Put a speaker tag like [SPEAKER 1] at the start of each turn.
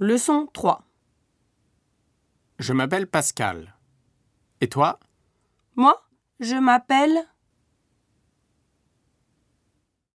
[SPEAKER 1] Leçon 3.
[SPEAKER 2] Je m'appelle Pascal. Et toi
[SPEAKER 1] Moi, je m'appelle